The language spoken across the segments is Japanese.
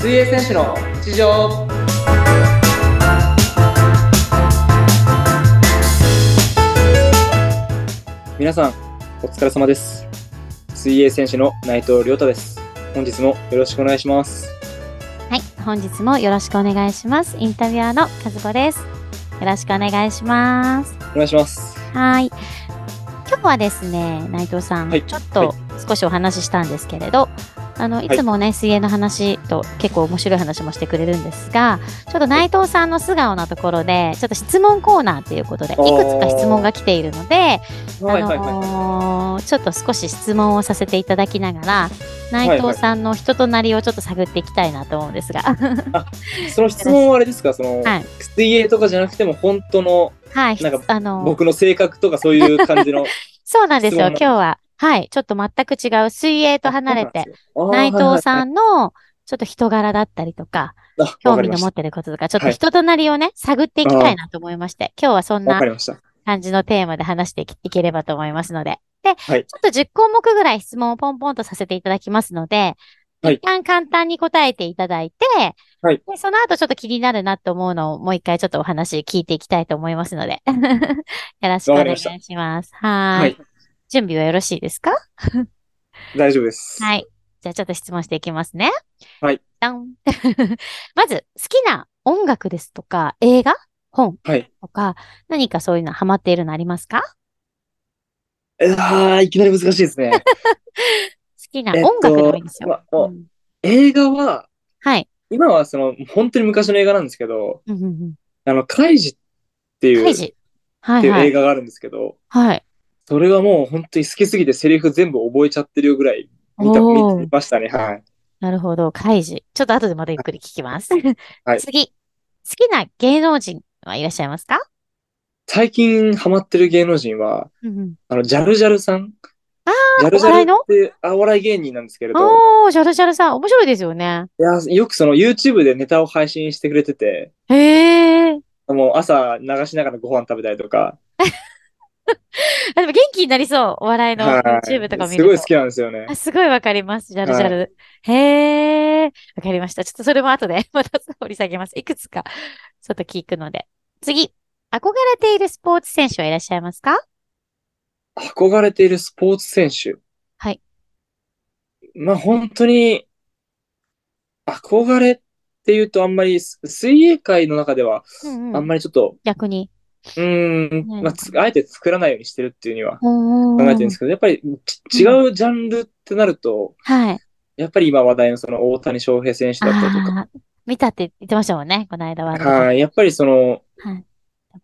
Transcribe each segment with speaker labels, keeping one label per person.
Speaker 1: 選手の日常皆さんお疲れ様です水泳選手の内藤亮太です本日もよろしくお願いします
Speaker 2: はい、本日もよろしくお願いします。インタビュアーの和子です。よろしくお願いします。
Speaker 1: お願いします
Speaker 2: はい。今日はですね、内藤さん、
Speaker 1: はい
Speaker 2: ちょっ
Speaker 1: は
Speaker 2: と少しお話ししたんですけれど、あのいつもね、水泳の話と結構面白い話もしてくれるんですが、ちょっと内藤さんの素顔のところで、ちょっと質問コーナーということで、い
Speaker 1: おー
Speaker 2: くつか質問が来ているので、
Speaker 1: はいはいはい、
Speaker 2: あのーちょっと少し質問をさせていただきながら、内藤さんの人となりをちょっと探っていきたいなと思うんですが、
Speaker 1: その質問はあれですかその、
Speaker 2: はい
Speaker 1: 水泳とかじゃなくても本当の
Speaker 2: はい、
Speaker 1: なんか
Speaker 2: あの
Speaker 1: 僕の性格とかそういう感じ の
Speaker 2: そうなんです
Speaker 1: 質
Speaker 2: よ、
Speaker 1: 問なんで
Speaker 2: 今
Speaker 1: す
Speaker 2: 日は。はい、ちょっと全く違う水泳と離れて、
Speaker 1: あ
Speaker 2: 内藤さ
Speaker 1: ん
Speaker 2: んのちょっと人柄だったりとか、
Speaker 1: そうなんですねあわ
Speaker 2: 興
Speaker 1: かり
Speaker 2: 味
Speaker 1: ま
Speaker 2: の
Speaker 1: し
Speaker 2: 持
Speaker 1: た
Speaker 2: ってることとか、ちょっ
Speaker 1: は
Speaker 2: と
Speaker 1: い
Speaker 2: 人となりをね、探っていきたいなと思いまして、今日はそん
Speaker 1: わか
Speaker 2: な
Speaker 1: りました
Speaker 2: 感じのテーマで話していきいければと思いますので。で、
Speaker 1: はい
Speaker 2: ちょっと10項目ぐらい質問をポンポンとさせていただきますので、
Speaker 1: はい
Speaker 2: 一旦簡単に答えていただいて、
Speaker 1: はい
Speaker 2: でその後ちょっと気になるなと思うのをもう一回ちょっとお話聞いていきたいと思いますので、 よろしくお
Speaker 1: わかり
Speaker 2: 願
Speaker 1: ま
Speaker 2: い
Speaker 1: した
Speaker 2: します。はー
Speaker 1: はい
Speaker 2: い。準備はよろしいですか
Speaker 1: 大丈夫です
Speaker 2: はい。じゃあちょっと質問していきますね。
Speaker 1: はい。
Speaker 2: ダン まず、好きな音楽ですとか、映画本
Speaker 1: はい
Speaker 2: とか、何かそういうのハマっているのありますか
Speaker 1: あーいきなり難しいですね。
Speaker 2: 好きな音楽でもいいんです
Speaker 1: えっ
Speaker 2: よ。
Speaker 1: とまあ
Speaker 2: うん
Speaker 1: 映画は、
Speaker 2: はい。
Speaker 1: 今はその、本当に昔の映画なんですけど、
Speaker 2: うんうん
Speaker 1: あの、カイジって
Speaker 2: うん。
Speaker 1: いう、
Speaker 2: カイジ。は
Speaker 1: って
Speaker 2: い
Speaker 1: いう
Speaker 2: は
Speaker 1: 映
Speaker 2: い。
Speaker 1: 画があるんですけど、
Speaker 2: はい。
Speaker 1: それはもう本当に好きすぎてセリフ全部覚えちゃってるよぐらい見た、
Speaker 2: お
Speaker 1: 見
Speaker 2: ー
Speaker 1: ましたね。はい。
Speaker 2: なるほど。カイジ。ちょっと後でまたゆっくり聞きます。
Speaker 1: はい
Speaker 2: 次。好きな芸能人はいらっしゃいますか
Speaker 1: 最近ハマってる芸能人は、
Speaker 2: うんうん。
Speaker 1: あの、ジャルジャルさん。ジャルジ
Speaker 2: お笑
Speaker 1: ャ
Speaker 2: い
Speaker 1: ル
Speaker 2: の
Speaker 1: って、あ、お笑い芸人なんですけれど、
Speaker 2: おー、ジャルジャルさん。面白いですよね。
Speaker 1: いや、よくその YouTube でネタを配信してくれてて、
Speaker 2: へー。
Speaker 1: もう朝流しながらご飯食べたりとか、
Speaker 2: あでも元気になりそう。お笑いの
Speaker 1: はい
Speaker 2: YouTube とか見
Speaker 1: す
Speaker 2: ると。
Speaker 1: ごい好きなんですよね
Speaker 2: あ。すごいわかります。ジャルジャル。へえ。わかりました。ちょっとそれも後で また掘り下げます。いくつか、ちょっと聞くので。次。憧れているスポーツ選手はいらっしゃいますか
Speaker 1: 憧れているスポーツ選手。
Speaker 2: はい。
Speaker 1: まあ本当に、憧れっていうとあんまり、す水泳界の中では、
Speaker 2: うんうん。
Speaker 1: あんまりちょっと、
Speaker 2: 逆に。
Speaker 1: うーん、
Speaker 2: ね
Speaker 1: まあつ、あえて作らないようにしてるっていうには
Speaker 2: 考
Speaker 1: 考えてるんですけど、やっぱりち違うジャンルってなると、
Speaker 2: はい。
Speaker 1: やっぱり今話題のその大谷翔平選手だったりとか、
Speaker 2: あー見たって言ってましたもんね。この間は。
Speaker 1: はい、やっぱりその、
Speaker 2: はい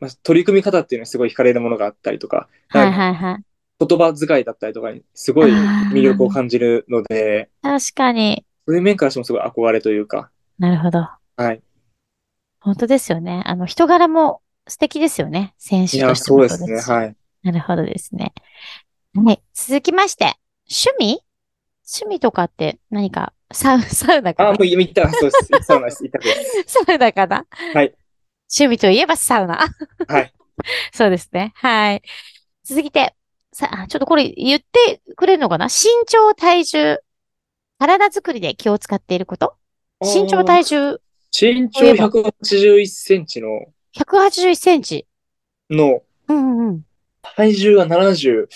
Speaker 1: まあ、取り組み方っていうのにすごい惹かれるものがあったりとか、
Speaker 2: はいはいはい。
Speaker 1: 言葉遣いだったりとかにすごい魅力を感じるので、
Speaker 2: 確かに。
Speaker 1: そういう面からしてもすごい憧れというか、
Speaker 2: なるほど。
Speaker 1: はい。
Speaker 2: 本当ですよね。あの、人柄も素敵ですよね。選
Speaker 1: い
Speaker 2: 手と
Speaker 1: や、
Speaker 2: しても
Speaker 1: そうです
Speaker 2: し
Speaker 1: ね。はい。
Speaker 2: なるほどですね。はい。続きまして、趣味趣味とかって何か、サウ、 サウナか
Speaker 1: あ、
Speaker 2: な
Speaker 1: もう行った、そうです。行ったです。行った です。
Speaker 2: サウナかな
Speaker 1: はい。
Speaker 2: 趣味といえばサウナ。
Speaker 1: はい。
Speaker 2: そうですね。はい。続いて、さ、あちょっとこれ言ってくれるのかな身長、体重、体作りで気を使っていること身長、体重、
Speaker 1: 身長181センチの、
Speaker 2: 181センチ。
Speaker 1: の、
Speaker 2: うんうんうん。
Speaker 1: 体重が71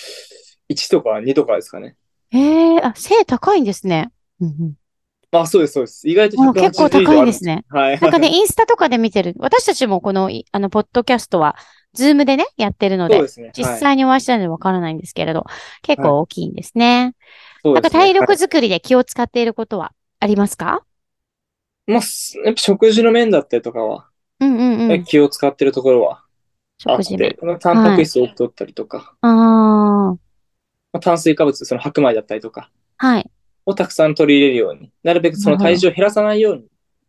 Speaker 1: とか2とかですかね。
Speaker 2: ええあ、背高いんですね。うん
Speaker 1: あ、そうです、そうです。意外と
Speaker 2: うん。あ
Speaker 1: 180
Speaker 2: 結構高いですね。
Speaker 1: 以上ある。はい。
Speaker 2: なんかね、インスタとかで見てる。私たちもこの、いあの、ポッドキャストは、ズームでね、やってるの
Speaker 1: そう
Speaker 2: で、
Speaker 1: ですね。はい
Speaker 2: 実際にお会いしたのでわからないんですけれど、結構大きいんですね。
Speaker 1: そう
Speaker 2: なん
Speaker 1: で
Speaker 2: か
Speaker 1: すね
Speaker 2: 体力
Speaker 1: はい
Speaker 2: 作りで気を使っていることはありますか
Speaker 1: まあ、すやっぱ食事の面だったりとかは、
Speaker 2: うんうんうん。
Speaker 1: 気を使ってるところはあっ
Speaker 2: 食事面。
Speaker 1: て、まあタンパク質を多く取ったりとか、
Speaker 2: ああ、
Speaker 1: まあ炭水化物、その白米だったりとか
Speaker 2: はい。
Speaker 1: をたくさん取り入れるように、なるべくその体重を減らさないようにっ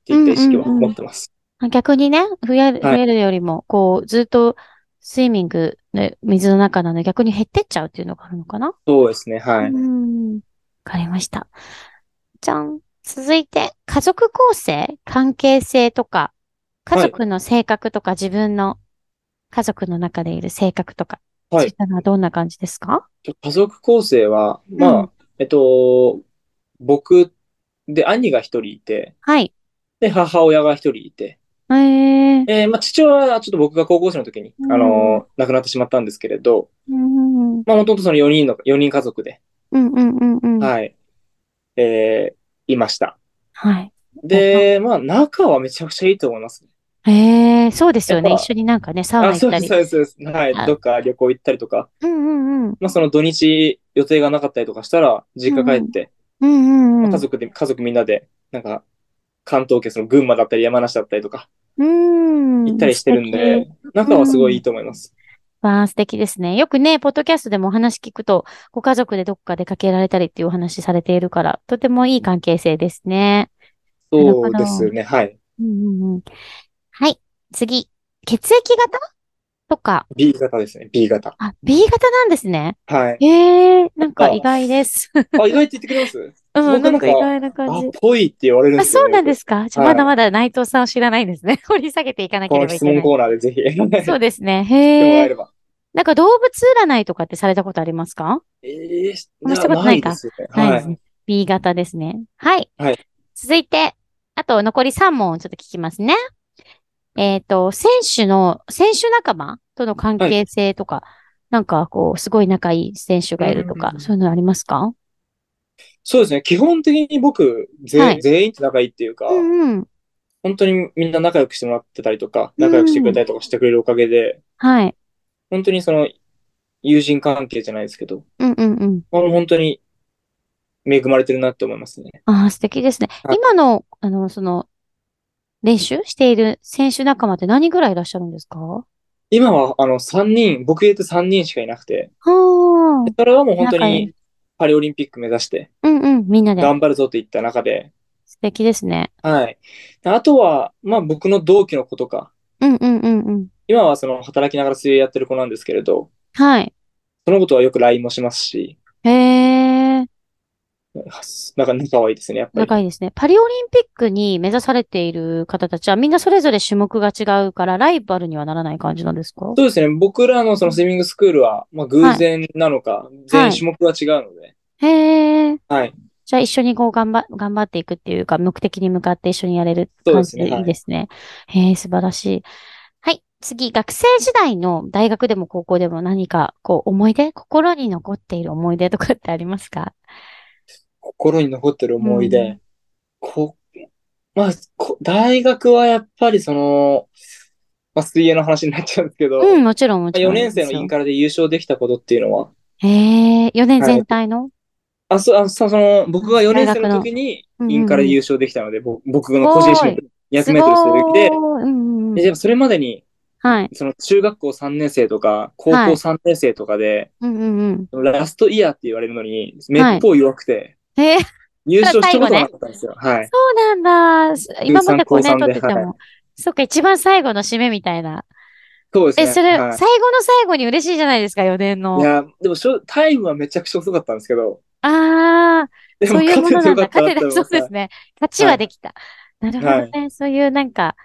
Speaker 1: ていった意識は持ってます。
Speaker 2: 逆にね、増える、増
Speaker 1: はい
Speaker 2: えるよりも、こう、ずっと、スイミングの水の中なので、逆に減ってっちゃうっていうのがあるのかな
Speaker 1: そうですね、は
Speaker 2: う
Speaker 1: い。
Speaker 2: ん。わかりました。じゃん。続いて、家族構成、関係性とか、家族の性格とか、自分の家族の中でいる性格とか、
Speaker 1: はい
Speaker 2: そういったのはどんな感じですか
Speaker 1: 家族構成は、まあ、
Speaker 2: うん
Speaker 1: えっと、僕で兄が一人いて、
Speaker 2: はい。
Speaker 1: で、母親が一人いて、
Speaker 2: ええ
Speaker 1: えーまあ、父親はちょっと僕が高校生の時に、あのー亡くなってしまったんですけれど、
Speaker 2: うんうん
Speaker 1: まあ、もともとその4人の、4人家族で、
Speaker 2: うんうんうん。い。
Speaker 1: はい、えーいました。
Speaker 2: はい。
Speaker 1: で、まあ、仲はめちゃくちゃいいと思います。
Speaker 2: ええそうですよね。
Speaker 1: やっ
Speaker 2: 一
Speaker 1: ぱ
Speaker 2: 緒になんかね、サウナ
Speaker 1: あ、
Speaker 2: 行
Speaker 1: そ
Speaker 2: っ
Speaker 1: う
Speaker 2: た
Speaker 1: です、
Speaker 2: り。
Speaker 1: そうです、そうです。はい
Speaker 2: はい。
Speaker 1: どっか旅行行ったりとか、
Speaker 2: うんうんうん。
Speaker 1: まあ、その土日予定がなかったりとかしたら、実家帰って、
Speaker 2: うんうんう
Speaker 1: ま
Speaker 2: ん。
Speaker 1: あ家族で、家族みんなで、なんか、関東圏、その群馬だったり山梨だったりとか、
Speaker 2: うん。
Speaker 1: 行ったりしてるん
Speaker 2: 素
Speaker 1: で
Speaker 2: 敵。、
Speaker 1: 仲はすごいいいと思います。
Speaker 2: わあ、素敵ですね。よくね、ポッドキャストでもお話聞くと、ご家族でどっか出かけられたりっていうお話されているから、とてもいい関係性ですね。なる
Speaker 1: そ
Speaker 2: ほ
Speaker 1: う
Speaker 2: ど
Speaker 1: ですね、はい。
Speaker 2: うんうんうん。はい。次。血液型とか、
Speaker 1: B 型ですね、B 型。
Speaker 2: あ、B 型なんですね。
Speaker 1: はい。
Speaker 2: ええなんか意外です。
Speaker 1: あ、意外って言ってくれます
Speaker 2: うん、
Speaker 1: 僕
Speaker 2: な
Speaker 1: なんん
Speaker 2: か
Speaker 1: か
Speaker 2: 意外な感
Speaker 1: あ
Speaker 2: じ。、
Speaker 1: ぽいって言われるん
Speaker 2: あ、
Speaker 1: ですよ
Speaker 2: そう
Speaker 1: ね。
Speaker 2: なんですかじゃあ
Speaker 1: は
Speaker 2: ま
Speaker 1: い
Speaker 2: だまだ内藤さんを知らないんですね。 掘り下げていかなけ
Speaker 1: こ
Speaker 2: れ
Speaker 1: の
Speaker 2: ばい
Speaker 1: 質
Speaker 2: けな
Speaker 1: 問
Speaker 2: い。
Speaker 1: コー ナーでぜひ、やっても
Speaker 2: そうですね。
Speaker 1: ら
Speaker 2: へ
Speaker 1: え
Speaker 2: え。
Speaker 1: れば。
Speaker 2: なんか動物占いとかってされたことありますか
Speaker 1: えー、
Speaker 2: あんましたことないか
Speaker 1: ですね。
Speaker 2: ない
Speaker 1: は
Speaker 2: ですね。B 型ですね。はい。
Speaker 1: はい
Speaker 2: 続いて、あと残り3問ちょっと聞きますね。えっ、と、選手の、選手仲間との関係性とか、なんかこう、すごい仲いい選手がいると
Speaker 1: うんうん
Speaker 2: か
Speaker 1: う、ん
Speaker 2: そういうのありますか
Speaker 1: そうですね。基本的に僕、ぜ
Speaker 2: はい
Speaker 1: 全員と仲いいっていうか、
Speaker 2: うんうん。
Speaker 1: 本当にみんな仲良くしてもらってたりとか、
Speaker 2: うん
Speaker 1: 仲良くしてくれたりとかしてくれるおかげで、
Speaker 2: はい。
Speaker 1: 本当にその、友人関係じゃないですけど、
Speaker 2: うんうんうん。
Speaker 1: あの本当に恵まれてるなって思いますね。
Speaker 2: ああ、素敵ですね。
Speaker 1: はい
Speaker 2: 今の、あの、その、練習している選手仲間って何ぐらいいらっしゃるんですかあ
Speaker 1: 今は、あの、3人、僕入れて3人しかいなくて、
Speaker 2: あー、
Speaker 1: それはもう本当
Speaker 2: 仲いい
Speaker 1: にパリオリンピック目指して
Speaker 2: うんうん、みんなで。
Speaker 1: 頑張るぞって言った中で、
Speaker 2: 素敵ですね。
Speaker 1: はい。であとは、まあ僕の同期の子とか、
Speaker 2: うんうんうんうん。
Speaker 1: 今はその働きながら水泳やってる子なんですけれど、
Speaker 2: はい。
Speaker 1: そのことはよく LINE もしますし、
Speaker 2: へえ。
Speaker 1: なんか仲はいいですね、やっぱり。
Speaker 2: 仲いいですね。パリオリンピックに目指されている方たちはみんなそれぞれ種目が違うからライバルにはならない感じなんですか
Speaker 1: そうですね、僕らのそのスイミングスクールは、まあ偶然なのか、全員種目が違うので、
Speaker 2: へえ。
Speaker 1: はい。
Speaker 2: じゃあ一緒にこう頑張、頑張っていくっていうか目的に向かって一緒にやれる
Speaker 1: そうで
Speaker 2: 感じ
Speaker 1: すね
Speaker 2: でいいですね。へえ、素晴らしい。はい。次、学生時代の大学でも高校でも何かこう思い出、心に残っている思い出とかってありますか
Speaker 1: 心に残ってる思いう出
Speaker 2: ん。
Speaker 1: こまあ、こ大学はやっぱりその、まあ水泳の話になっちゃうんですけど、
Speaker 2: う
Speaker 1: ま
Speaker 2: ん、もちろん、も
Speaker 1: あ
Speaker 2: ちろ
Speaker 1: 4
Speaker 2: んで
Speaker 1: 年
Speaker 2: すよ。
Speaker 1: 生のインカレで優勝できたことっていうのは、
Speaker 2: へえ、4年全体の
Speaker 1: あ、そう、あ、そうその、僕が4年生の時に、
Speaker 2: うん
Speaker 1: インカレで優勝できたので、ぼ僕の個人種目、
Speaker 2: す
Speaker 1: 200
Speaker 2: ご
Speaker 1: メートル背泳ぎで、
Speaker 2: ーいうんうんうん
Speaker 1: で、でもそれまでに、
Speaker 2: はい。
Speaker 1: その中学校3年生とか、高校
Speaker 2: はい
Speaker 1: 3年生とかで、
Speaker 2: うんうんうん。
Speaker 1: ラストイヤーって言われるのに、めっぽう弱くて、
Speaker 2: へえ、
Speaker 1: 優勝したことがなかったんですよ。はい。
Speaker 2: そうなんだ。今までこうね、
Speaker 1: 13
Speaker 2: 撮ってて
Speaker 1: はい
Speaker 2: も。そっか、一番最後の締めみたいな。
Speaker 1: そうです
Speaker 2: え、
Speaker 1: ね。
Speaker 2: それ、最後
Speaker 1: は
Speaker 2: の最後に嬉しいじゃないですか、4年
Speaker 1: い、い
Speaker 2: の。
Speaker 1: や、でもしょ、タイムはめちゃくちゃ遅かったんですけど、
Speaker 2: ああ、
Speaker 1: で
Speaker 2: そ
Speaker 1: も
Speaker 2: ういう
Speaker 1: 勝
Speaker 2: も
Speaker 1: ててよ
Speaker 2: のなん
Speaker 1: か
Speaker 2: だ。
Speaker 1: った
Speaker 2: 勝
Speaker 1: な
Speaker 2: て
Speaker 1: って
Speaker 2: た、
Speaker 1: 思い
Speaker 2: そ
Speaker 1: ま
Speaker 2: う
Speaker 1: す。
Speaker 2: ですね。勝ちはできた。なるほどね。そういうなんか、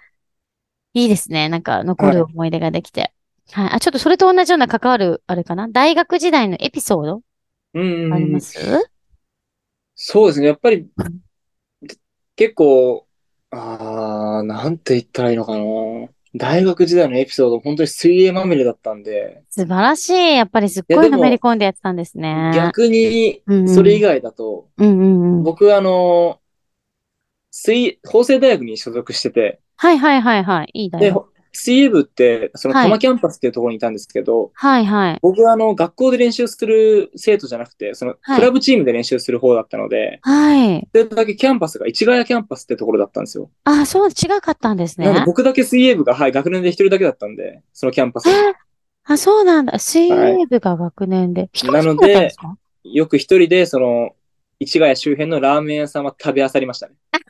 Speaker 2: いいですね。なんか、残る思い出ができて。はい。あ、ちょっとそれと同じような関わる、あれかな。大学時代のエピソード
Speaker 1: うん
Speaker 2: あり
Speaker 1: うん
Speaker 2: ま。す
Speaker 1: そうですね。やっぱり
Speaker 2: うん、
Speaker 1: 結構、あー、なんて言ったらいいのかな。大学時代のエピソード、本当に水泳まみれだったんで、
Speaker 2: 素晴らしい。やっぱりすっ
Speaker 1: いや
Speaker 2: ごい
Speaker 1: で
Speaker 2: の
Speaker 1: も
Speaker 2: めり込んでやってたんですね。
Speaker 1: 逆に
Speaker 2: うんう、ん
Speaker 1: それ以外だと、
Speaker 2: うんうんうん。
Speaker 1: 僕はあの、水、法政大学に所属してて、
Speaker 2: はいはいはいはい。いいだ
Speaker 1: で、
Speaker 2: よ。
Speaker 1: ほ水泳部って、その
Speaker 2: はい
Speaker 1: 多摩キャンパスっていうところにいたんですけど、
Speaker 2: はいはい。
Speaker 1: 僕はあの、学校で練習する生徒じゃなくて、その、
Speaker 2: はい
Speaker 1: クラブチームで練習する方だったので、
Speaker 2: はい。
Speaker 1: それだけキャンパスが、市ヶ谷キャンパスってところだったんですよ。
Speaker 2: あ、そう、違かったんです
Speaker 1: なので
Speaker 2: ね。
Speaker 1: 僕だけ水泳部が、はい、学年で一人だけだったんで、そのキャンパス
Speaker 2: え
Speaker 1: に
Speaker 2: あ、そうなんだ。水泳部が学年で。一人
Speaker 1: な
Speaker 2: だけだっ
Speaker 1: の
Speaker 2: たん
Speaker 1: で
Speaker 2: ですか
Speaker 1: よく一人で、その、市ヶ谷周辺のラーメン屋さんは食べ漁りましたね。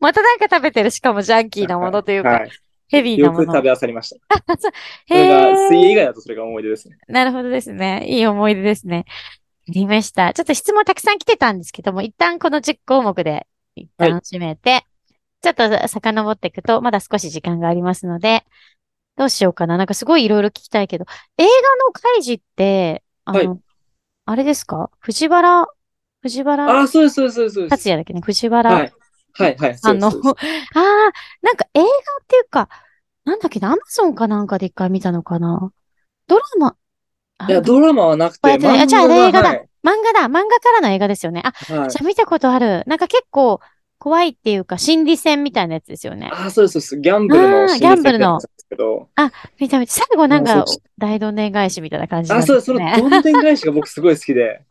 Speaker 2: またなんか食べてる。しかもジャンキーなものというか、
Speaker 1: はい。
Speaker 2: ヘビーな
Speaker 1: よ
Speaker 2: も
Speaker 1: く食
Speaker 2: の。
Speaker 1: べ漁りました。それ
Speaker 2: へ
Speaker 1: が、水泳以
Speaker 2: え。
Speaker 1: 外だとそれが思い出ですね。
Speaker 2: なるほどですね。いい思い出ですね。ありました。ちょっと質問たくさん来てたんですけども、一旦この10項目で一旦締めて、ちょっと遡っていくと、まだ少し時間がありますので、どうしようかな。なんかすごいいろいろ聞きたいけど、映画の開示って、あの、
Speaker 1: は
Speaker 2: あれですか藤原、藤原
Speaker 1: ああ、そうです、そうです、そうです。
Speaker 2: 達也だっけね。藤原
Speaker 1: はい。はいはい。
Speaker 2: あの、あ
Speaker 1: そうですそうです
Speaker 2: あ、なんか映画っていうか、なんだっけな、アマゾンかなんかで一回見たのかな。ドラマ。あ
Speaker 1: いや、ドラマはなくて、
Speaker 2: えっと ねあ
Speaker 1: 漫
Speaker 2: じゃ
Speaker 1: 画
Speaker 2: あ
Speaker 1: が
Speaker 2: 映画だ
Speaker 1: はい
Speaker 2: 漫画だ、漫画からの映画ですよね。あ、
Speaker 1: はい
Speaker 2: じゃあ見たことある。なんか結構怖いっていうか、心理戦みたいなやつですよね。
Speaker 1: あ、そうです、そうです。ギャンブル
Speaker 2: あー
Speaker 1: の心理
Speaker 2: ギャンブ
Speaker 1: 戦
Speaker 2: ルの
Speaker 1: 略なんですけど。
Speaker 2: 見た目、最後なん
Speaker 1: そ
Speaker 2: か
Speaker 1: うそ、
Speaker 2: 大どんでん返しみたいな感じなん
Speaker 1: あ、
Speaker 2: で
Speaker 1: そうです。
Speaker 2: す
Speaker 1: そ
Speaker 2: ね。
Speaker 1: のどんでん返しが僕すごい好きで。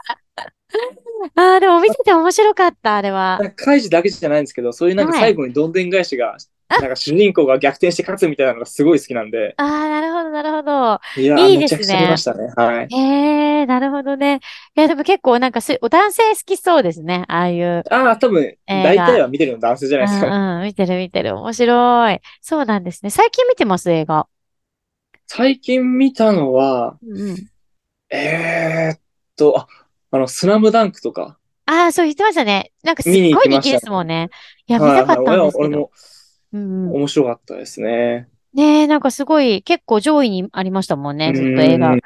Speaker 2: ああ、でも見てて面白かった、 あれは
Speaker 1: な。んか怪事だけじゃないんですけど、そういうなんか
Speaker 2: はい
Speaker 1: 最後にどんでん返しが、なんか主人公が逆転して勝つみたいなのがすごい好きなんで。
Speaker 2: ああ、なるほど、なるほど。
Speaker 1: いやー
Speaker 2: いいで
Speaker 1: めち
Speaker 2: すね
Speaker 1: ゃくちゃ見ましたね。はい。
Speaker 2: ええ、なるほどね。いや、でも結構なんかす、お男性好きそうですね。ああいう。
Speaker 1: ああ、多分、
Speaker 2: 画
Speaker 1: 大体は見てるの男性じゃ
Speaker 2: う
Speaker 1: ないですか。
Speaker 2: んうん、見てる見てる。面白い。そうなんですね。最近見てます、映画。
Speaker 1: 最近見たのは、
Speaker 2: うんうん。
Speaker 1: えー、っと、あ、あの、スラムダンクとか。
Speaker 2: ああ、そう言ってましたね。なんかすっ
Speaker 1: 見に行
Speaker 2: ご
Speaker 1: き
Speaker 2: い人
Speaker 1: ました
Speaker 2: 気ですもんね。いや、見
Speaker 1: はい
Speaker 2: たかったん
Speaker 1: は
Speaker 2: で
Speaker 1: い
Speaker 2: す
Speaker 1: 俺も俺
Speaker 2: けど。
Speaker 1: も
Speaker 2: うんうん。
Speaker 1: 面白かったですね。
Speaker 2: ねえ、なんかすごい、結構上位にありましたもんね、ずっと映
Speaker 1: う
Speaker 2: 画
Speaker 1: ん。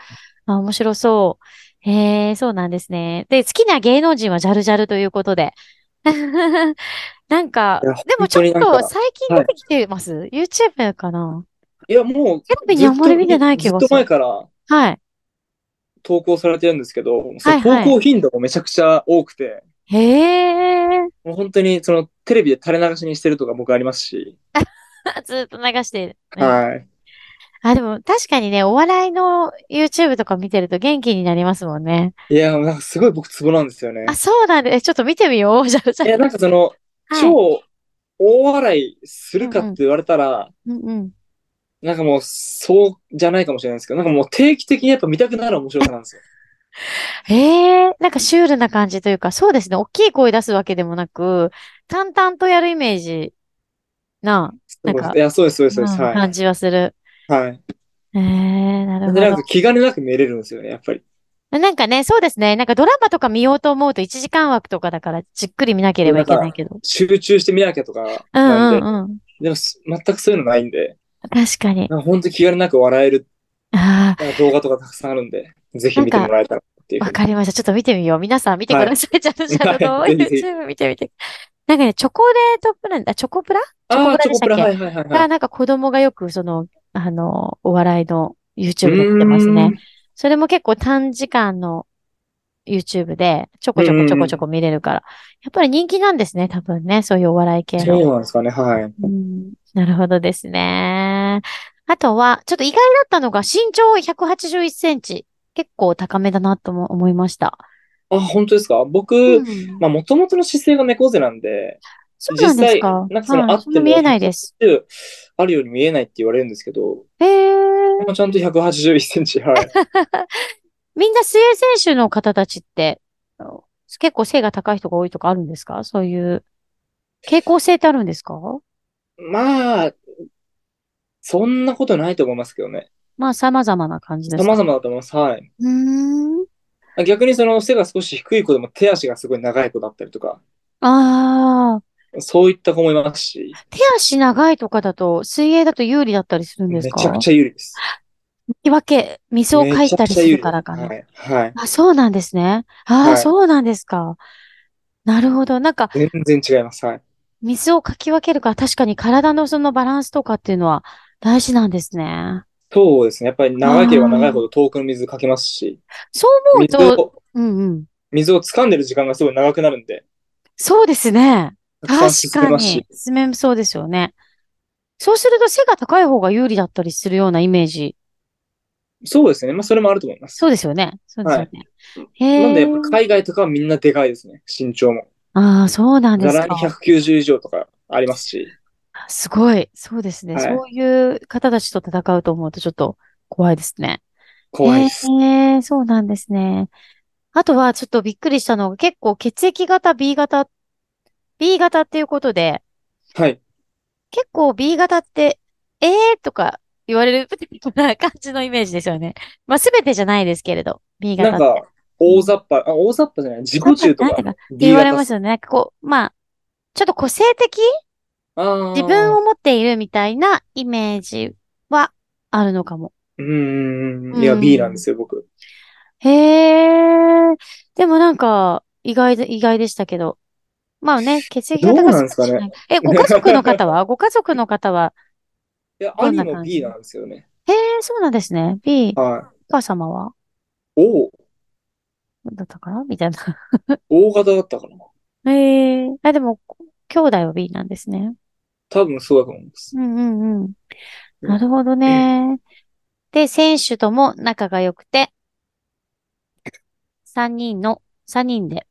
Speaker 2: あ、面白そう。へえ、そうなんですね。で、好きな芸能人はジャルジャルということで。 なんか
Speaker 1: いや、
Speaker 2: でもちょ
Speaker 1: 本当
Speaker 2: っ
Speaker 1: になん
Speaker 2: と
Speaker 1: か
Speaker 2: 最近出てきてます ?YouTube かない
Speaker 1: や、もう、
Speaker 2: テレビにあんまり見てない気が
Speaker 1: ずっと
Speaker 2: す
Speaker 1: 前
Speaker 2: る。
Speaker 1: から
Speaker 2: はい。
Speaker 1: 投稿されてるんですけど、そ
Speaker 2: はい
Speaker 1: の
Speaker 2: はい
Speaker 1: 投稿頻度がめちゃくちゃ多くて、
Speaker 2: へえ。
Speaker 1: もう本当にそのテレビで垂れ流しにしてるとか僕ありますし、
Speaker 2: ずっと流して、ね。
Speaker 1: はい。
Speaker 2: あ、でも確かにね、お笑いの YouTube とか見てると元気になりますもんね。
Speaker 1: いや、なんかすごい僕ツボなんですよね
Speaker 2: あ、。そうなんで、えちょっと見てみよう。 ジャルジャ
Speaker 1: いや、
Speaker 2: ル。
Speaker 1: なんかその、
Speaker 2: はい。
Speaker 1: 超大笑いするかって言われたら、
Speaker 2: うんうん。
Speaker 1: なんかもうそうじゃないかもしれないですけど、なんかもう定期的にやっぱ見たくなる面白さなんですよ。
Speaker 2: へえ、なんかシュールな感じというか、そうですね。大きい声出すわけでもなく、淡々とやるイメージな、
Speaker 1: す
Speaker 2: なん
Speaker 1: ごい
Speaker 2: か
Speaker 1: いや、そうです、そうです、そうです。
Speaker 2: うん
Speaker 1: は
Speaker 2: 感
Speaker 1: い。
Speaker 2: じはする。
Speaker 1: はい。
Speaker 2: ええ、なる
Speaker 1: で、なん
Speaker 2: ほ
Speaker 1: か気兼ねなく見れるんですよね、やっぱり。
Speaker 2: ど。なんかね、そうですね。なんかドラマとか見ようと思うと1時間枠とかだから、じっくり見なければいけないけど。
Speaker 1: 集中して見なきゃとか
Speaker 2: う
Speaker 1: なんんで、
Speaker 2: うんうん。
Speaker 1: でもす全くそういうのないんで、
Speaker 2: 確かに。
Speaker 1: なんか本当に気軽なく笑える
Speaker 2: ああ。
Speaker 1: なんか動画とかたくさんあるんで、ぜひ見てもらえたらっていうふう
Speaker 2: わ
Speaker 1: に。
Speaker 2: かりました。ちょっと見てみよう。皆さん見てください。ジャルジャルの
Speaker 1: はいぜひ
Speaker 2: YouTube 見てみて。なんかね、チョコレートプラン、あ、チョコプラチョ
Speaker 1: あ
Speaker 2: コプ
Speaker 1: あ、
Speaker 2: ラ
Speaker 1: チョ
Speaker 2: で
Speaker 1: コ
Speaker 2: した
Speaker 1: プラ、
Speaker 2: っけ
Speaker 1: はいはいはい、は
Speaker 2: が、
Speaker 1: い。
Speaker 2: なんか子供がよく、その、あの、お笑いの YouTube で見てます
Speaker 1: うー
Speaker 2: ね
Speaker 1: ん。。
Speaker 2: それも結構短時間の YouTube で、ちょこちょこちょこちょこ見れるから。やっぱり人気なんですね、多分ね。そういうお笑い系の。
Speaker 1: そうなんですかね、はい。
Speaker 2: うんなるほどですね。あとは、ちょっと意外だったのが身長181センチ。結構高めだなとも思いました。
Speaker 1: あ、本当ですか僕、
Speaker 2: うん
Speaker 1: まあ、もともとの姿勢が猫背なんで、
Speaker 2: そうなんですか。
Speaker 1: 実際なんかその
Speaker 2: は
Speaker 1: あ
Speaker 2: い
Speaker 1: って
Speaker 2: そ
Speaker 1: も
Speaker 2: んな見えないです。
Speaker 1: あるように見えないって言われるんですけど、
Speaker 2: へえ。
Speaker 1: まあちゃんと181センチ、 はい。
Speaker 2: みんな水泳選手の方たちって、結構背が高い人が多いとかあるんですかそういう、傾向性ってあるんですか
Speaker 1: まあ、そんなことないと思いますけどね。
Speaker 2: まあ、様々な感じですか。
Speaker 1: 様々だと思います。はい。
Speaker 2: うーん。
Speaker 1: 逆にその背が少し低い子でも手足がすごい長い子だったりとか、
Speaker 2: ああ、
Speaker 1: そういった子もいますし、
Speaker 2: 手足長いとかだと、水泳だと有利だったりするんで
Speaker 1: め
Speaker 2: す
Speaker 1: ち
Speaker 2: か
Speaker 1: ゃくちゃ有利です。
Speaker 2: 言い訳、水をかいたりするからかな。
Speaker 1: めちゃくちゃ有利ですはい。はい。
Speaker 2: あ、そうなんですね。ああ、
Speaker 1: はい
Speaker 2: そうなんですか。なるほど。なんか、
Speaker 1: 全然違います。はい。
Speaker 2: 水をかき分けるから、確かに体のそのバランスとかっていうのは大事なんですね。
Speaker 1: そうですね。やっぱり長ければ長いほど遠くの水かけますし、
Speaker 2: そう思う
Speaker 1: 水
Speaker 2: と、
Speaker 1: を、
Speaker 2: うんうん。
Speaker 1: 水を掴んでる時間がすごい長くなるんで、
Speaker 2: そうですね。
Speaker 1: たくさん
Speaker 2: 確
Speaker 1: 進め
Speaker 2: か
Speaker 1: ますし
Speaker 2: に。、進めそうですよね。そうすると背が高い方が有利だったりするようなイメージ。
Speaker 1: そうですね。まあ、それもあると思います。
Speaker 2: そうですよね。そうですよね。へ
Speaker 1: なんで、やっ
Speaker 2: ー
Speaker 1: ぱ海外とかはみんなでかいですね。身長も。
Speaker 2: ああ、そうなんで
Speaker 1: ざ
Speaker 2: す
Speaker 1: らに
Speaker 2: か。
Speaker 1: 190以上とかありますし、
Speaker 2: すごい。そうですね。
Speaker 1: はい
Speaker 2: そういう方たちと戦うと思うとちょっと怖いですね。
Speaker 1: 怖いです。
Speaker 2: へーそうなんですね。あとはちょっとびっくりしたのが結構血液型 B 型、B 型っていうことで、
Speaker 1: はい。
Speaker 2: 結構 B 型って、えーとか言われるような感じのイメージですよね。まあ、すべてじゃないですけれど、B
Speaker 1: な
Speaker 2: 型
Speaker 1: ん
Speaker 2: って。
Speaker 1: か、大雑把、あ、大雑把じゃない、自己中と
Speaker 2: なんて
Speaker 1: か
Speaker 2: いうか、
Speaker 1: B
Speaker 2: 言われ
Speaker 1: 型
Speaker 2: ま
Speaker 1: っ
Speaker 2: す
Speaker 1: す。
Speaker 2: よね。なんかこう、まあ、ちょっと個性的
Speaker 1: あ
Speaker 2: 自分
Speaker 1: を。
Speaker 2: を持っているみたいなイメージはあるのかも。
Speaker 1: うーん。いうや、
Speaker 2: ん
Speaker 1: B なんですよ、僕。
Speaker 2: へー。でもなんか、意外で、意外でしたけど。まあね、血液型
Speaker 1: どう
Speaker 2: が
Speaker 1: なん
Speaker 2: 少
Speaker 1: ですかね
Speaker 2: しないえ、ご家族の 方はご家族の方は、
Speaker 1: いや、
Speaker 2: どん
Speaker 1: 兄
Speaker 2: な
Speaker 1: も
Speaker 2: 感じ
Speaker 1: B なんですよね。
Speaker 2: へえ、そうなんですね。B、お
Speaker 1: は。
Speaker 2: 母様はい
Speaker 1: O、
Speaker 2: だったかなみたいな。
Speaker 1: O 型だったかな。
Speaker 2: へえ。あ、でも、兄弟は B なんですね。
Speaker 1: 多分そうだと思います。
Speaker 2: うんうんうん。なるほどね。で、選手とも仲が良くて、3人の、三人で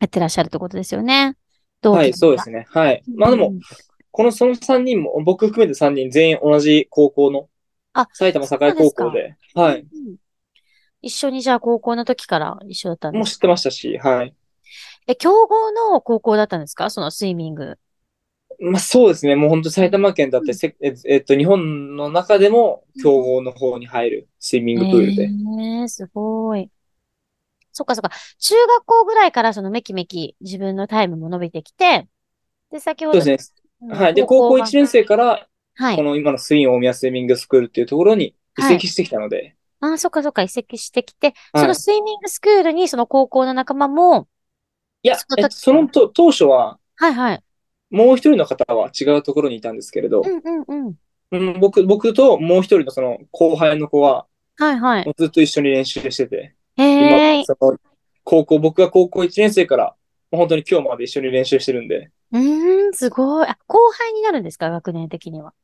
Speaker 2: やってらっしゃるってことですよね。同期。
Speaker 1: はい、そうですすね。はい。まあで
Speaker 2: う
Speaker 1: も、
Speaker 2: ん
Speaker 1: このその3人も、僕含めて3人全員同じ高校の
Speaker 2: あ、
Speaker 1: 埼玉栄高校で、はい。。
Speaker 2: うん一緒にじゃあ高校の時から一緒だったん
Speaker 1: も
Speaker 2: で
Speaker 1: う
Speaker 2: す。
Speaker 1: 知ってましたし、はい。
Speaker 2: え、競合の高校だったんですかそのスイミング。
Speaker 1: まあそうですね。もう本当埼玉県だってせ、ええっと、日本の中でも強豪の方に入るスイミングプールで。
Speaker 2: えー、すごい。そっかそっか。中学校ぐらいからそのめきめき自分のタイムも伸びてきて、で、先ほ
Speaker 1: そう
Speaker 2: ど。
Speaker 1: です
Speaker 2: うん
Speaker 1: ね。はい。で、高校1年。生から、
Speaker 2: は
Speaker 1: こ
Speaker 2: い。
Speaker 1: の今のスイン大宮スイミングスクールっていうところに移
Speaker 2: はい
Speaker 1: 籍してきたので、
Speaker 2: ああ、そっかそっか、移籍してきて、
Speaker 1: はい
Speaker 2: そのスイミングスクールにその高校の仲間も、
Speaker 1: いや
Speaker 2: その、時
Speaker 1: えっと、そのと当初は、
Speaker 2: はいはい。
Speaker 1: もう一人の方は違うところにいたんですけれど
Speaker 2: う、んうんうん。
Speaker 1: うん、僕、僕ともう一人のその後輩の子は、
Speaker 2: はいはい。
Speaker 1: もうずっと一緒に練習してて、
Speaker 2: へえ
Speaker 1: 今、。その、高校、僕が高校1年生から、もう本当に今日まで一緒に練習してるんで、
Speaker 2: うーん、すごい。あ、後輩になるんですか学年的には。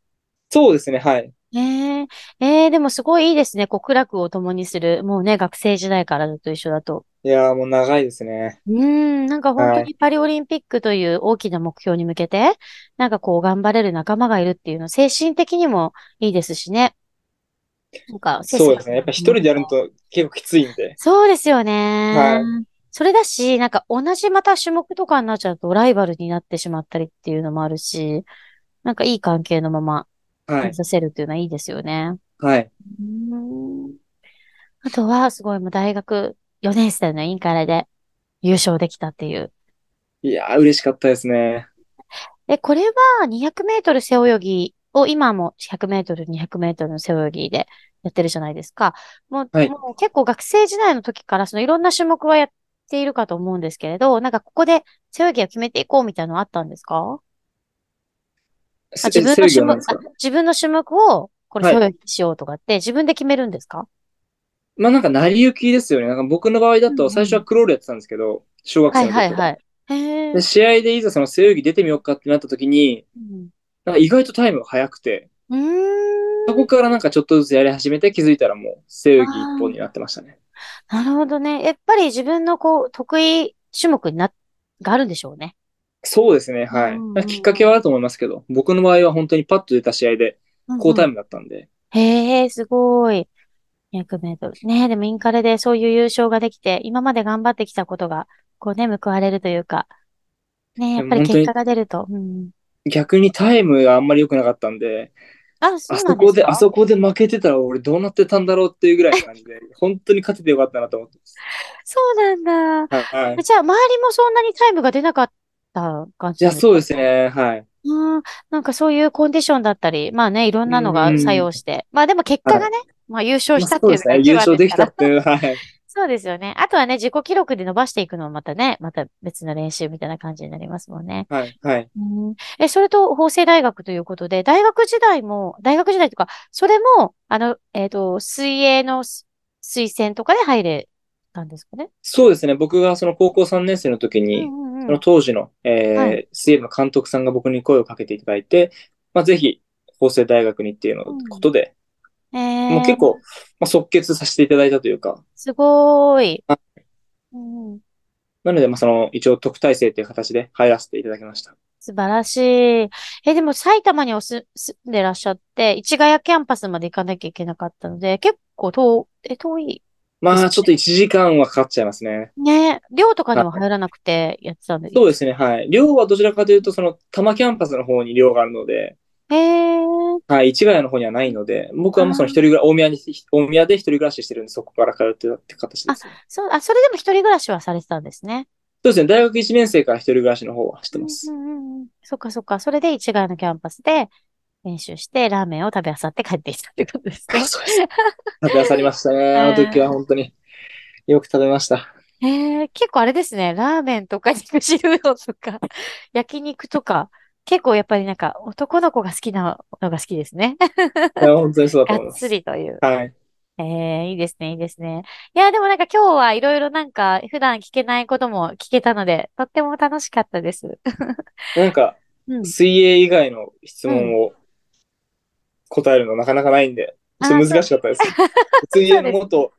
Speaker 1: そうですね、はい。
Speaker 2: ええええでもすごいいいですね。こう、苦楽を共にする。もうね、学生時代からずっと一緒だと。
Speaker 1: いやーもう長いですね。
Speaker 2: うーん、なんか本当
Speaker 1: は
Speaker 2: にパリオリンピックという大きな目標に向けて、なんかこう頑張れる仲間がいるっていうの、精神的にもいいですしね。なんか、
Speaker 1: そうですね。やっぱ一人でやるの
Speaker 2: と。
Speaker 1: と結構きついんで。
Speaker 2: そうですよね。
Speaker 1: はい
Speaker 2: それだし、なんか同じまた種目とかになっちゃうとライバルになってしまったりっていうのもあるし、なんかいい関係のまま
Speaker 1: は
Speaker 2: 目
Speaker 1: い。
Speaker 2: 指せるっていうのはいいですよね。
Speaker 1: はい。
Speaker 2: うーんあとは、すごい、もう大学4年生のインカレで優勝できたっていう。
Speaker 1: いやー嬉しかったですね。
Speaker 2: で、これは200メートル背泳ぎを今も100メートル、200メートルの背泳ぎでやってるじゃないですか。もう、
Speaker 1: はい
Speaker 2: もう結構学生時代の時からそのいろんな種目はやっているかと思うんですけれど、なんかここで背泳ぎを決めていこうみたいなのあったんですかあ
Speaker 1: せ
Speaker 2: 自分
Speaker 1: 制
Speaker 2: の
Speaker 1: 御
Speaker 2: 種
Speaker 1: なん
Speaker 2: 目
Speaker 1: ですか
Speaker 2: あ自分の種目をこれ
Speaker 1: は
Speaker 2: 背
Speaker 1: い
Speaker 2: 泳ぎしようとかって自分で決めるんですか
Speaker 1: まあなんか成り行きですよね。なんか僕の場合だ
Speaker 2: うんうん
Speaker 1: と最初はクロールやってたんですけど、小学
Speaker 2: は
Speaker 1: 生の
Speaker 2: い
Speaker 1: 時
Speaker 2: はい
Speaker 1: とか
Speaker 2: はい。へえ
Speaker 1: で、。試合でいざその背泳ぎ出てみようかってなった時に、
Speaker 2: うん
Speaker 1: なんか意外とタイムが速くて、
Speaker 2: うーん。
Speaker 1: そこからなんかちょっとずつやり始めて気づいたらもう背泳ぎ一本になってましたね。
Speaker 2: なるほどね。やっぱり自分のこう、得意種目にな、があるんでしょうね。
Speaker 1: そうですね、はい。
Speaker 2: うんうん
Speaker 1: まあきっかけはあると思いますけど、僕の場合は本当にパッと出た試合で好タイムだったんで、
Speaker 2: へえ、すごい。200メートル。ねえ、でもインカレでそういう優勝ができて、今まで頑張ってきたことが、こうね、報われるというか、ねえ、やっぱり
Speaker 1: いや本当に
Speaker 2: 結果が出ると。うん。
Speaker 1: 逆にタイムがあんまり良くなかったんで、
Speaker 2: あ、
Speaker 1: あ
Speaker 2: そうな
Speaker 1: そ
Speaker 2: んで
Speaker 1: こ
Speaker 2: す
Speaker 1: で、
Speaker 2: か
Speaker 1: あそこで負けてたら俺どうなってたんだろうっていうぐらいの感じで、本当に勝ててよかったなと思って
Speaker 2: そうなんだ。
Speaker 1: ます。はい。
Speaker 2: じゃあ、周りもそんなにタイムが出なかった感じ
Speaker 1: じゃ
Speaker 2: な
Speaker 1: あ
Speaker 2: んですか
Speaker 1: そうですね、はい。
Speaker 2: うん、なんかそういうコンディションだったり、まあね、いろんなのが作用して、まあでも結果がね、まあ優
Speaker 1: まあ
Speaker 2: 勝したって
Speaker 1: そうで
Speaker 2: いう
Speaker 1: す
Speaker 2: のが
Speaker 1: ね、
Speaker 2: 一
Speaker 1: 優
Speaker 2: 番
Speaker 1: 勝
Speaker 2: で
Speaker 1: ですき
Speaker 2: か
Speaker 1: た
Speaker 2: ら。
Speaker 1: っていう、はい。
Speaker 2: そうですよね。あとはね、自己記録で伸ばしていくのもまたね、また別の練習みたいな感じになりますもんね。
Speaker 1: はい、はい。
Speaker 2: うん、え、それと法政大学ということで、大学時代も、大学時代というか、それも、あの、えっと、水泳のす推薦とかで入れたんですかね。
Speaker 1: そうですね、僕がその高校3年生の時
Speaker 2: う
Speaker 1: に、
Speaker 2: んうん
Speaker 1: そうの
Speaker 2: ん。
Speaker 1: 当時の、えー
Speaker 2: はい
Speaker 1: 水泳部の監督さんが僕に声をかけていただいて、まあ、ぜひ、法政大学にっていうの
Speaker 2: うん
Speaker 1: ことで、もう
Speaker 2: え
Speaker 1: 結
Speaker 2: ー、
Speaker 1: 構、まあ、即決させていただいたというか、
Speaker 2: すごーい
Speaker 1: は。
Speaker 2: うんうん
Speaker 1: なので、まあ、その、一応特待生という形で入らせていただきました。
Speaker 2: 素晴らしい。え、でも埼玉におす住んでらっしゃって、市ヶ谷キャンパスまで行かなきゃいけなかったので、結構遠、え、遠い。
Speaker 1: まあ、ちょっと1時間はかかっちゃいますね。
Speaker 2: ね、寮とかにも入らなくてやってたんで。
Speaker 1: そうですね、はい。寮はどちらかというと、その、多摩キャンパスの方に寮があるので、
Speaker 2: へー
Speaker 1: はい、市ヶ谷の方にはないので、僕はもうその一人暮ら、大宮に、大宮で一人暮らししてるんで、そこから通ってたって形ですね。
Speaker 2: そう、あ、それでも一人暮らしはされてたんですね。
Speaker 1: そうですね、大学1年生から一人暮らしの方はしてます
Speaker 2: う。んうんうん。そっかそっか。それで市ヶ谷のキャンパスで練習して、ラーメンを食べあさって帰ってきたってことです ね。
Speaker 1: そうです。食べあさりましたね。あの時は本当によく食べました。
Speaker 2: へええ結構あれですね。ラーメンとか肉汁うどんと か、焼肉とか、結構やっぱりなんか男の子が好きなのが好きですね。
Speaker 1: いや本当にそうだと
Speaker 2: が
Speaker 1: 思い
Speaker 2: っ
Speaker 1: ます。
Speaker 2: つりという。
Speaker 1: はい。
Speaker 2: ええいいですね、いいですね。いや、でもなんか今日はいろいろなんか普段聞けないことも聞けたので、とっても楽しかったです。
Speaker 1: なんか、
Speaker 2: うん。
Speaker 1: 水泳以外の質問を答えるのなかなかないんで、ちょっと難しかったです。 水泳のもっと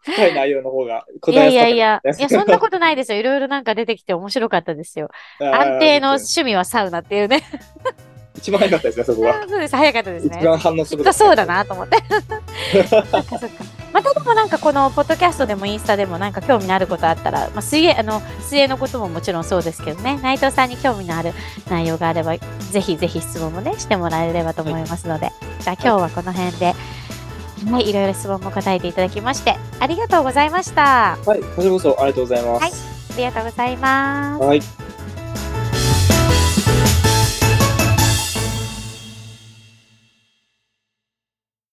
Speaker 1: 深い内容の方が答
Speaker 2: い
Speaker 1: え
Speaker 2: や
Speaker 1: や
Speaker 2: い
Speaker 1: すかっ
Speaker 2: や
Speaker 1: た
Speaker 2: いや、いや、そんなことない
Speaker 1: で
Speaker 2: ですよ。いろいろなんか出てきて面白かったです よ。
Speaker 1: す。あー
Speaker 2: 安定の趣味はサウナっていうね。
Speaker 1: 一番早かったですね、そこが。
Speaker 2: そうです、早かったです
Speaker 1: 一
Speaker 2: ね。
Speaker 1: 番反応
Speaker 2: き
Speaker 1: す
Speaker 2: っ
Speaker 1: る
Speaker 2: とそうだ。なと思って。そっかそっか。またでもなんかこのポッドキャストでもインスタでもなんか興味のあることあったら、まあ、水泳あの水泳のことももちろんそうですけどね内藤さんに興味のある内容があればぜひぜひ質問もねしてもらえればと思いますので、じゃあ今日はこの辺で、はい、いろいろ質問も答えていただきましてありがとうございましたあ
Speaker 1: はい、こちらこそありがとうございます。
Speaker 2: りがとうございます。
Speaker 1: はい